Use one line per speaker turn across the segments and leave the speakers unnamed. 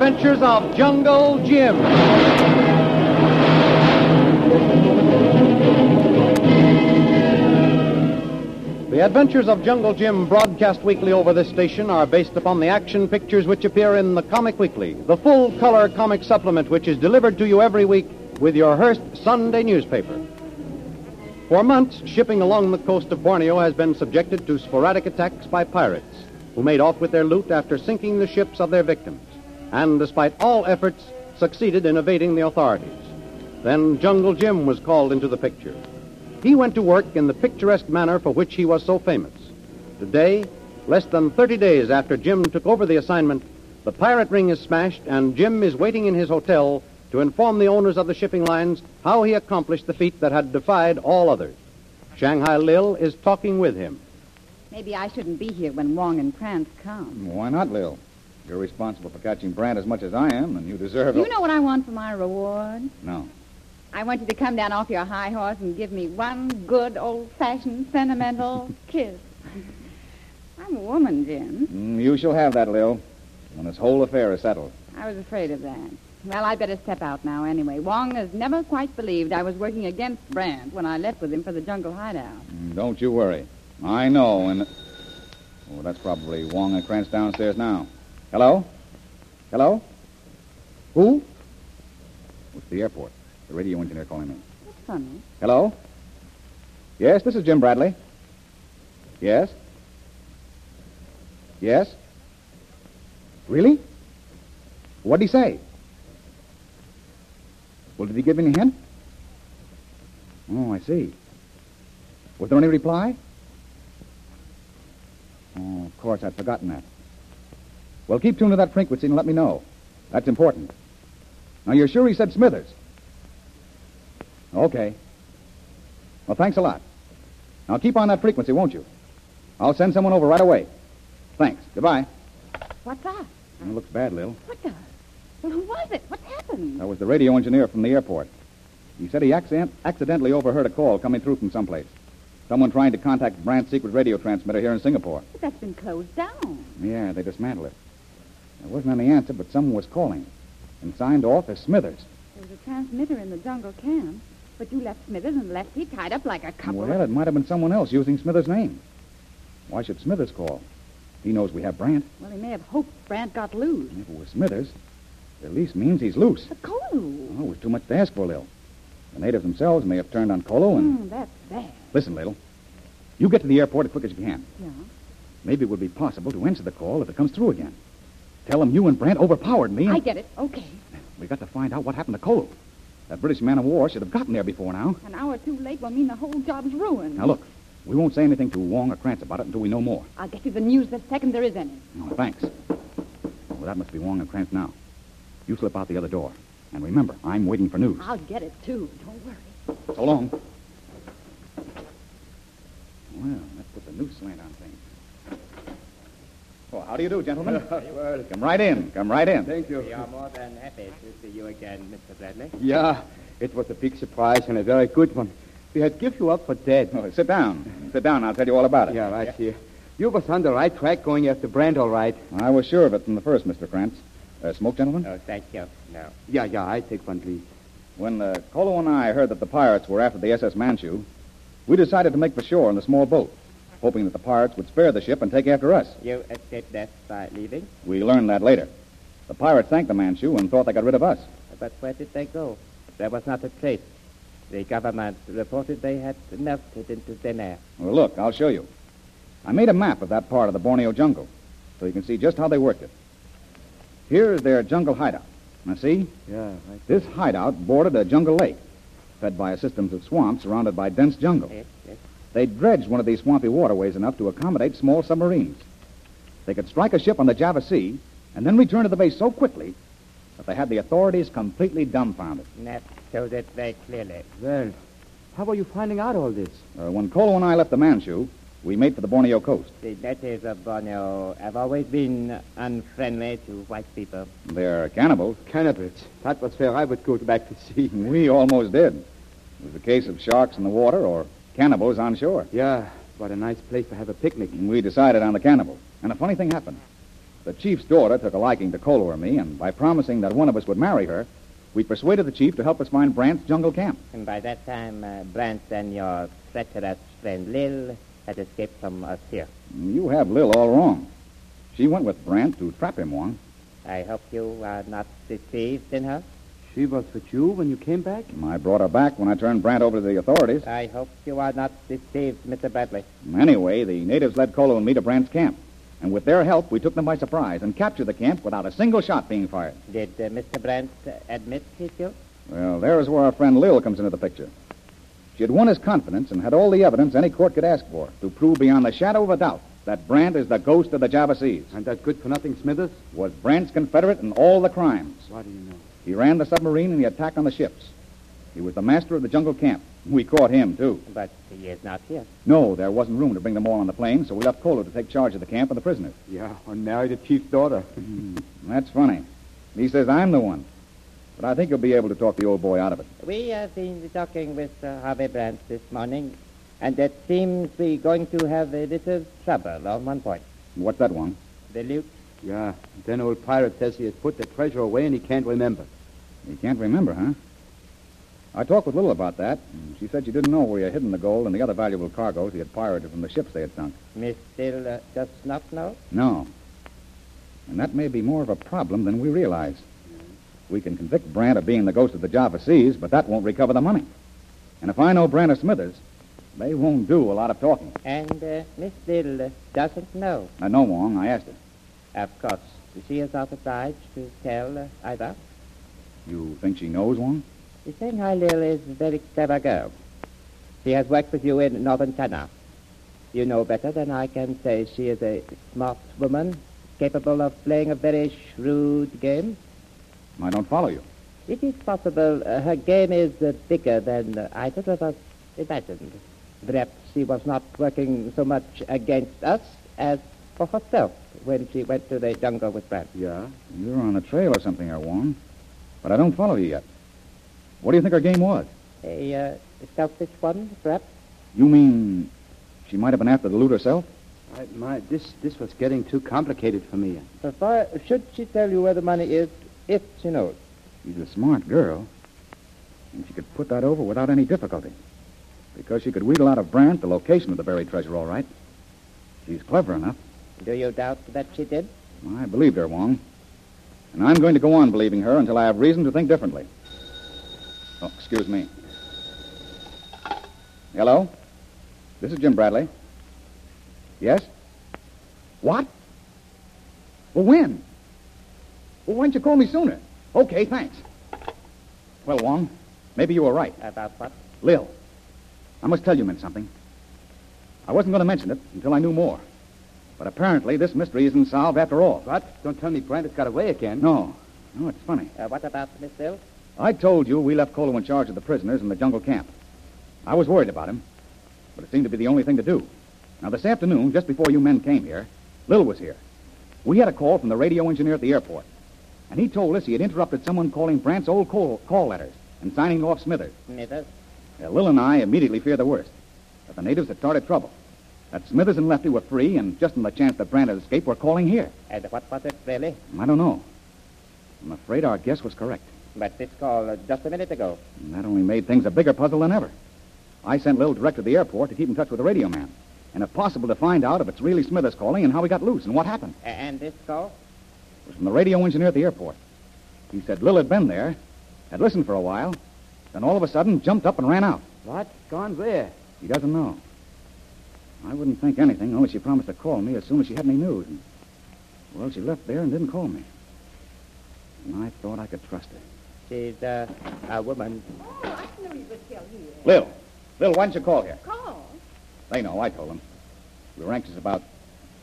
of Jungle Jim. The adventures of Jungle Jim, broadcast weekly over this station, are based upon the action pictures which appear in the Comic Weekly, the full color comic supplement which is delivered to you every week with your Hearst Sunday newspaper. For months, shipping along the coast of Borneo has been subjected to sporadic attacks by pirates who made off with their loot after sinking the ships of their victims, and despite all efforts, succeeded in evading the authorities. Then Jungle Jim was called into the picture. He went to work in the picturesque manner for which he was so famous. Today, less than 30 days after Jim took over the assignment, the pirate ring is smashed, and Jim is waiting in his hotel to inform the owners of the shipping lines how he accomplished the feat that had defied all others. Shanghai Lil is talking with him.
Maybe I shouldn't be here when Wong and Prance come.
Why not, Lil? You're responsible for catching Brandt as much as I am, and you deserve
You know what I want for my reward?
No.
I want you to come down off your high horse and give me one good old-fashioned sentimental kiss. I'm a woman, Jim.
Mm, you shall have that, Lil, when this whole affair is settled.
I was afraid of that. Well, I better step out now anyway. Wong has never quite believed I was working against Brandt when I left with him for the jungle hideout.
Mm, Don't you worry. I know, and... Oh, that's probably Wong and Krantz downstairs now. Hello? Hello? Who? It's the airport. The radio engineer calling me.
That's funny.
Hello? Yes, this is Jim Bradley. Yes? Yes? Really? What did he say? Well, did he give any hint? Oh, I see. Was there any reply? Oh, of course, I'd forgotten that. Well, keep tuned to that frequency and let me know. That's important. Now, you're sure he said Smithers? Okay. Well, thanks a lot. Now keep on that frequency, won't you? I'll send someone over right away. Thanks. Goodbye.
What's up?
It looks bad, Lil.
What the? Well, who was it? What happened?
That was the radio engineer from the airport. He said he accident- accidentally overheard a call coming through from someplace. Someone trying to contact Brandt's secret radio transmitter here in Singapore.
But that's been closed down.
Yeah, they dismantled it. There wasn't any answer, but someone was calling and signed off as Smithers.
There was a transmitter in the jungle camp, but you left Smithers and left he tied up like a couple.
Well,
of...
it might have been someone else using Smithers' name. Why should Smithers call? He knows we have Brandt.
well, he may have hoped Brandt got loose.
And if it was Smithers, the least means he's loose.
But Kolu.
Well, it was too much to ask for, Lil. The natives themselves may have turned on Kolo and...
Mm, that's bad.
Listen, Lil. You get to the airport as quick as you can.
Yeah.
Maybe it would be possible to answer the call if it comes through again. Tell them you and Brandt overpowered me. And
I get it. Okay.
We got to find out what happened to Kolo. That British man of war should have gotten there before now.
An hour too late will mean the whole job's ruined.
Now, look. We won't say anything to Wong or Krantz about it until we know more.
I'll get you the news the second there is any.
No, thanks. Well, that must be Wong and Krantz now. You slip out the other door. And remember, I'm waiting for news.
I'll get it, too. Don't worry.
So long. Well, that puts a new slant on things. Well, how do you do, gentlemen?
Well,
Come right in. Come right in.
thank you.
We are more than happy to see you again, Mr. Bradley.
Yeah, it was a big surprise and a very good one. We had give you up for dead.
Oh, sit down. Sit down. I'll tell you all about it.
yeah, right here. You was on the right track going after Brand, all right.
I was sure of it from the first, Mr. Krantz. Uh, smoke, gentlemen?
No, thank you. No.
Yeah, yeah, I take one, please.
When uh, Colo and I heard that the pirates were after the SS Manchu, we decided to make for shore in a small boat, hoping that the pirates would spare the ship and take after us.
You escaped death by leaving,
We learned that later. The pirates thanked the Manchu and thought they got rid of us.
but where did they go? There was not a trace. The government reported they had melted into thin air.
Well, look, I'll show you. I made a map of that part of the Borneo jungle, so you can see just how they worked it. Here is their jungle hideout. Now, see?
Yeah, right.
This hideout bordered a jungle lake, fed by a system of swamps surrounded by dense jungle.
Yes, yes.
They dredged one of these swampy waterways enough to accommodate small submarines. They could strike a ship on the Java Sea and then return to the base so quickly that they had the authorities completely dumbfounded.
Nat showed it very clearly.
Well, how are you finding out all this?
Uh, when Kolo and I left the Manchu, we made for the Borneo coast.
The natives of Borneo have always been unfriendly to white people.
They're cannibals.
Cannabis. That was where I would go back to sea.
We almost did. It was a case of sharks in the water or cannibals on shore.
Yeah, what a nice place to have a picnic.
We decided on the cannibals. And a funny thing happened. The chief's daughter took a liking to Cole or me, and by promising that one of us would marry her, we persuaded the chief to help us find Brant's jungle camp.
And by that time, uh, Brant and your treacherous friend Lil had escaped from us here.
You have Lil all wrong. She went with Brant to trap him one.
I hope you are not deceived in her.
She was with you when you came back?
I brought her back when I turned Brant over to the authorities.
I hope you are not deceived, Mr. Bradley.
Anyway, the natives led Colo and me to Brant's camp. And with their help, we took them by surprise and captured the camp without a single shot being fired.
Did uh, Mr. Brant uh, admit he killed?
Well, there's where our friend Lil comes into the picture. She had won his confidence and had all the evidence any court could ask for to prove beyond the shadow of a doubt that Brant is the ghost of the Java Seas,
And that good for nothing Smithers?
was Brant's confederate in all the crimes.
What do you know?
He ran the submarine and the attack on the ships. He was the master of the jungle camp. We caught him, too.
But he is not here.
No, there wasn't room to bring them all on the plane, so we left Colo to take charge of the camp and the prisoners.
Yeah, and married a chief's daughter.
That's funny. He says I'm the one. But I think you'll be able to talk the old boy out of it.
We have been talking with uh, Harvey Brant this morning, and it seems we're going to have a little trouble on one point.
What's that one?
The Luke
yeah, then old pirate says he has put the treasure away and he can't remember.
You can't remember, huh? I talked with Little about that. and She said she didn't know where he had hidden the gold and the other valuable cargoes he had pirated from the ships they had sunk.
Miss Dill uh, does not know.
No. And that may be more of a problem than we realize. We can convict Brant of being the ghost of the Java Seas, but that won't recover the money. And if I know Brant or Smithers, they won't do a lot of talking.
And uh, Miss Dill uh, doesn't know.
I know, Wong. I asked her.
Of course, she is not obliged to tell uh, either.
You think she knows, Wong?
The Shanghai Lil is a very clever girl. She has worked with you in northern China. You know better than I can say she is a smart woman, capable of playing a very shrewd game.
I don't follow you.
It is possible uh, her game is uh, bigger than uh, either of us imagined. Perhaps she was not working so much against us as for herself when she went to the jungle with Brad.
Yeah?
You're on a trail or something, I Wong. But I don't follow you yet. What do you think her game was?
A uh, selfish one, perhaps?
You mean she might have been after the loot herself?
I, my, this, this was getting too complicated for me.
So far, should she tell you where the money is, if she knows?
She's a smart girl. And she could put that over without any difficulty. Because she could wheedle out of Brant the location of the buried treasure, all right. She's clever enough.
Do you doubt that she did?
I believed her, Wong. And I'm going to go on believing her until I have reason to think differently. Oh, excuse me. Hello? This is Jim Bradley. Yes? What? Well, when? Well, why didn't you call me sooner? Okay, thanks. Well, Wong, maybe you were right.
About what?
Lil, I must tell you men something. I wasn't going to mention it until I knew more. But apparently this mystery isn't solved after all.
What? Don't tell me Brand has got away again.
No. No, it's funny.
Uh, what about Miss Hill?
I told you we left Colo in charge of the prisoners in the jungle camp. I was worried about him, but it seemed to be the only thing to do. Now, this afternoon, just before you men came here, Lil was here. We had a call from the radio engineer at the airport, and he told us he had interrupted someone calling Brant's old call, call letters and signing off Smithers.
Neither.
Uh, Lil and I immediately feared the worst, that the natives had started trouble, that Smithers and Lefty were free, and just on the chance that Brant had escaped, were calling here.
And what was it, really?
I don't know. I'm afraid our guess was correct.
But this call uh, just a minute ago.
And that only made things a bigger puzzle than ever. I sent Lil direct to the airport to keep in touch with the radio man, and if possible, to find out if it's really Smithers calling and how he got loose and what happened.
A- and this call?
It was from the radio engineer at the airport. He said Lil had been there, had listened for a while, then all of a sudden jumped up and ran out.
What? Gone where?
He doesn't know. I wouldn't think anything, only she promised to call me as soon as she had any news. And, well, she left there and didn't call me. And I thought I could trust her.
She's uh, a woman.
Oh, I knew you would tell you.
Lil, Lil, why didn't you call here?
Call.
They know. I told them. We were anxious about.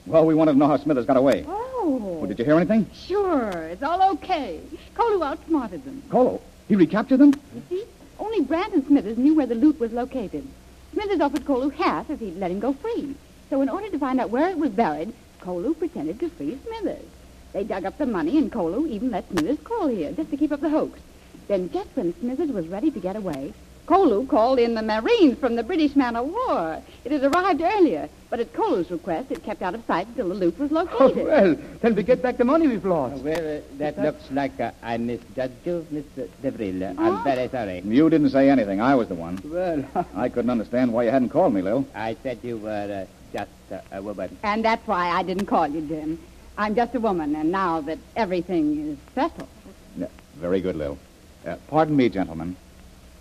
Well, we wanted to know how Smithers got away.
Oh.
Well, did you hear anything?
Sure, it's all okay. Colu outsmarted them.
Colo, he recaptured them?
You see, only Brant and Smithers knew where the loot was located. Smithers offered Colu half if he'd let him go free. So in order to find out where it was buried, Colu pretended to free Smithers. They dug up the money, and Colu even let Smithers call here just to keep up the hoax. Then just when Smithers was ready to get away, Kolu called in the Marines from the British man of war. It had arrived earlier, but at Kolu's request, it kept out of sight until the loot was located.
well, then we get back the money we've lost.
Well, uh, that looks like uh, I misjudged you, Mr. DeVril. Uh, I'm
Oh.
very sorry.
You didn't say anything. I was the one.
Well,
I couldn't understand why you hadn't called me, Lil.
I said you were uh, just uh, a woman.
And that's why I didn't call you, Jim. I'm just a woman, and now that everything is settled.
No, very good, Lil. Uh, pardon me, gentlemen.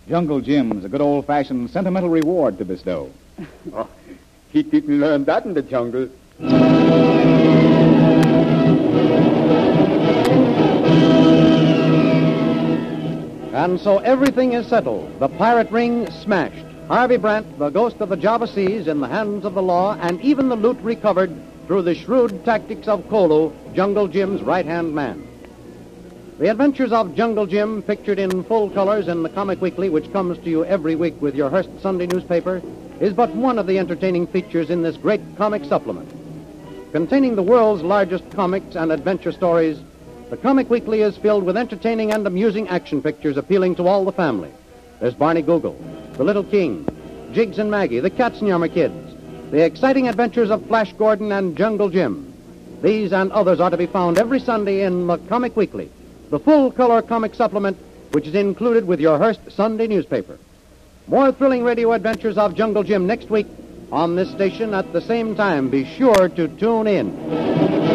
Jungle Jim's a good old-fashioned sentimental reward to bestow.
he didn't learn that in the jungle.
And so everything is settled. The pirate ring smashed. Harvey Brant, the ghost of the Java Seas, in the hands of the law, and even the loot recovered through the shrewd tactics of Kolo, Jungle Jim's right hand man. The adventures of Jungle Jim, pictured in full colors in the Comic Weekly, which comes to you every week with your Hearst Sunday newspaper, is but one of the entertaining features in this great comic supplement. Containing the world's largest comics and adventure stories, the Comic Weekly is filled with entertaining and amusing action pictures appealing to all the family. There's Barney Google, The Little King, Jiggs and Maggie, The Katzenjammer Kids, the exciting adventures of Flash Gordon and Jungle Jim. These and others are to be found every Sunday in the Comic Weekly, the full color comic supplement which is included with your Hearst Sunday newspaper. More thrilling radio adventures of Jungle Jim next week on this station at the same time. Be sure to tune in.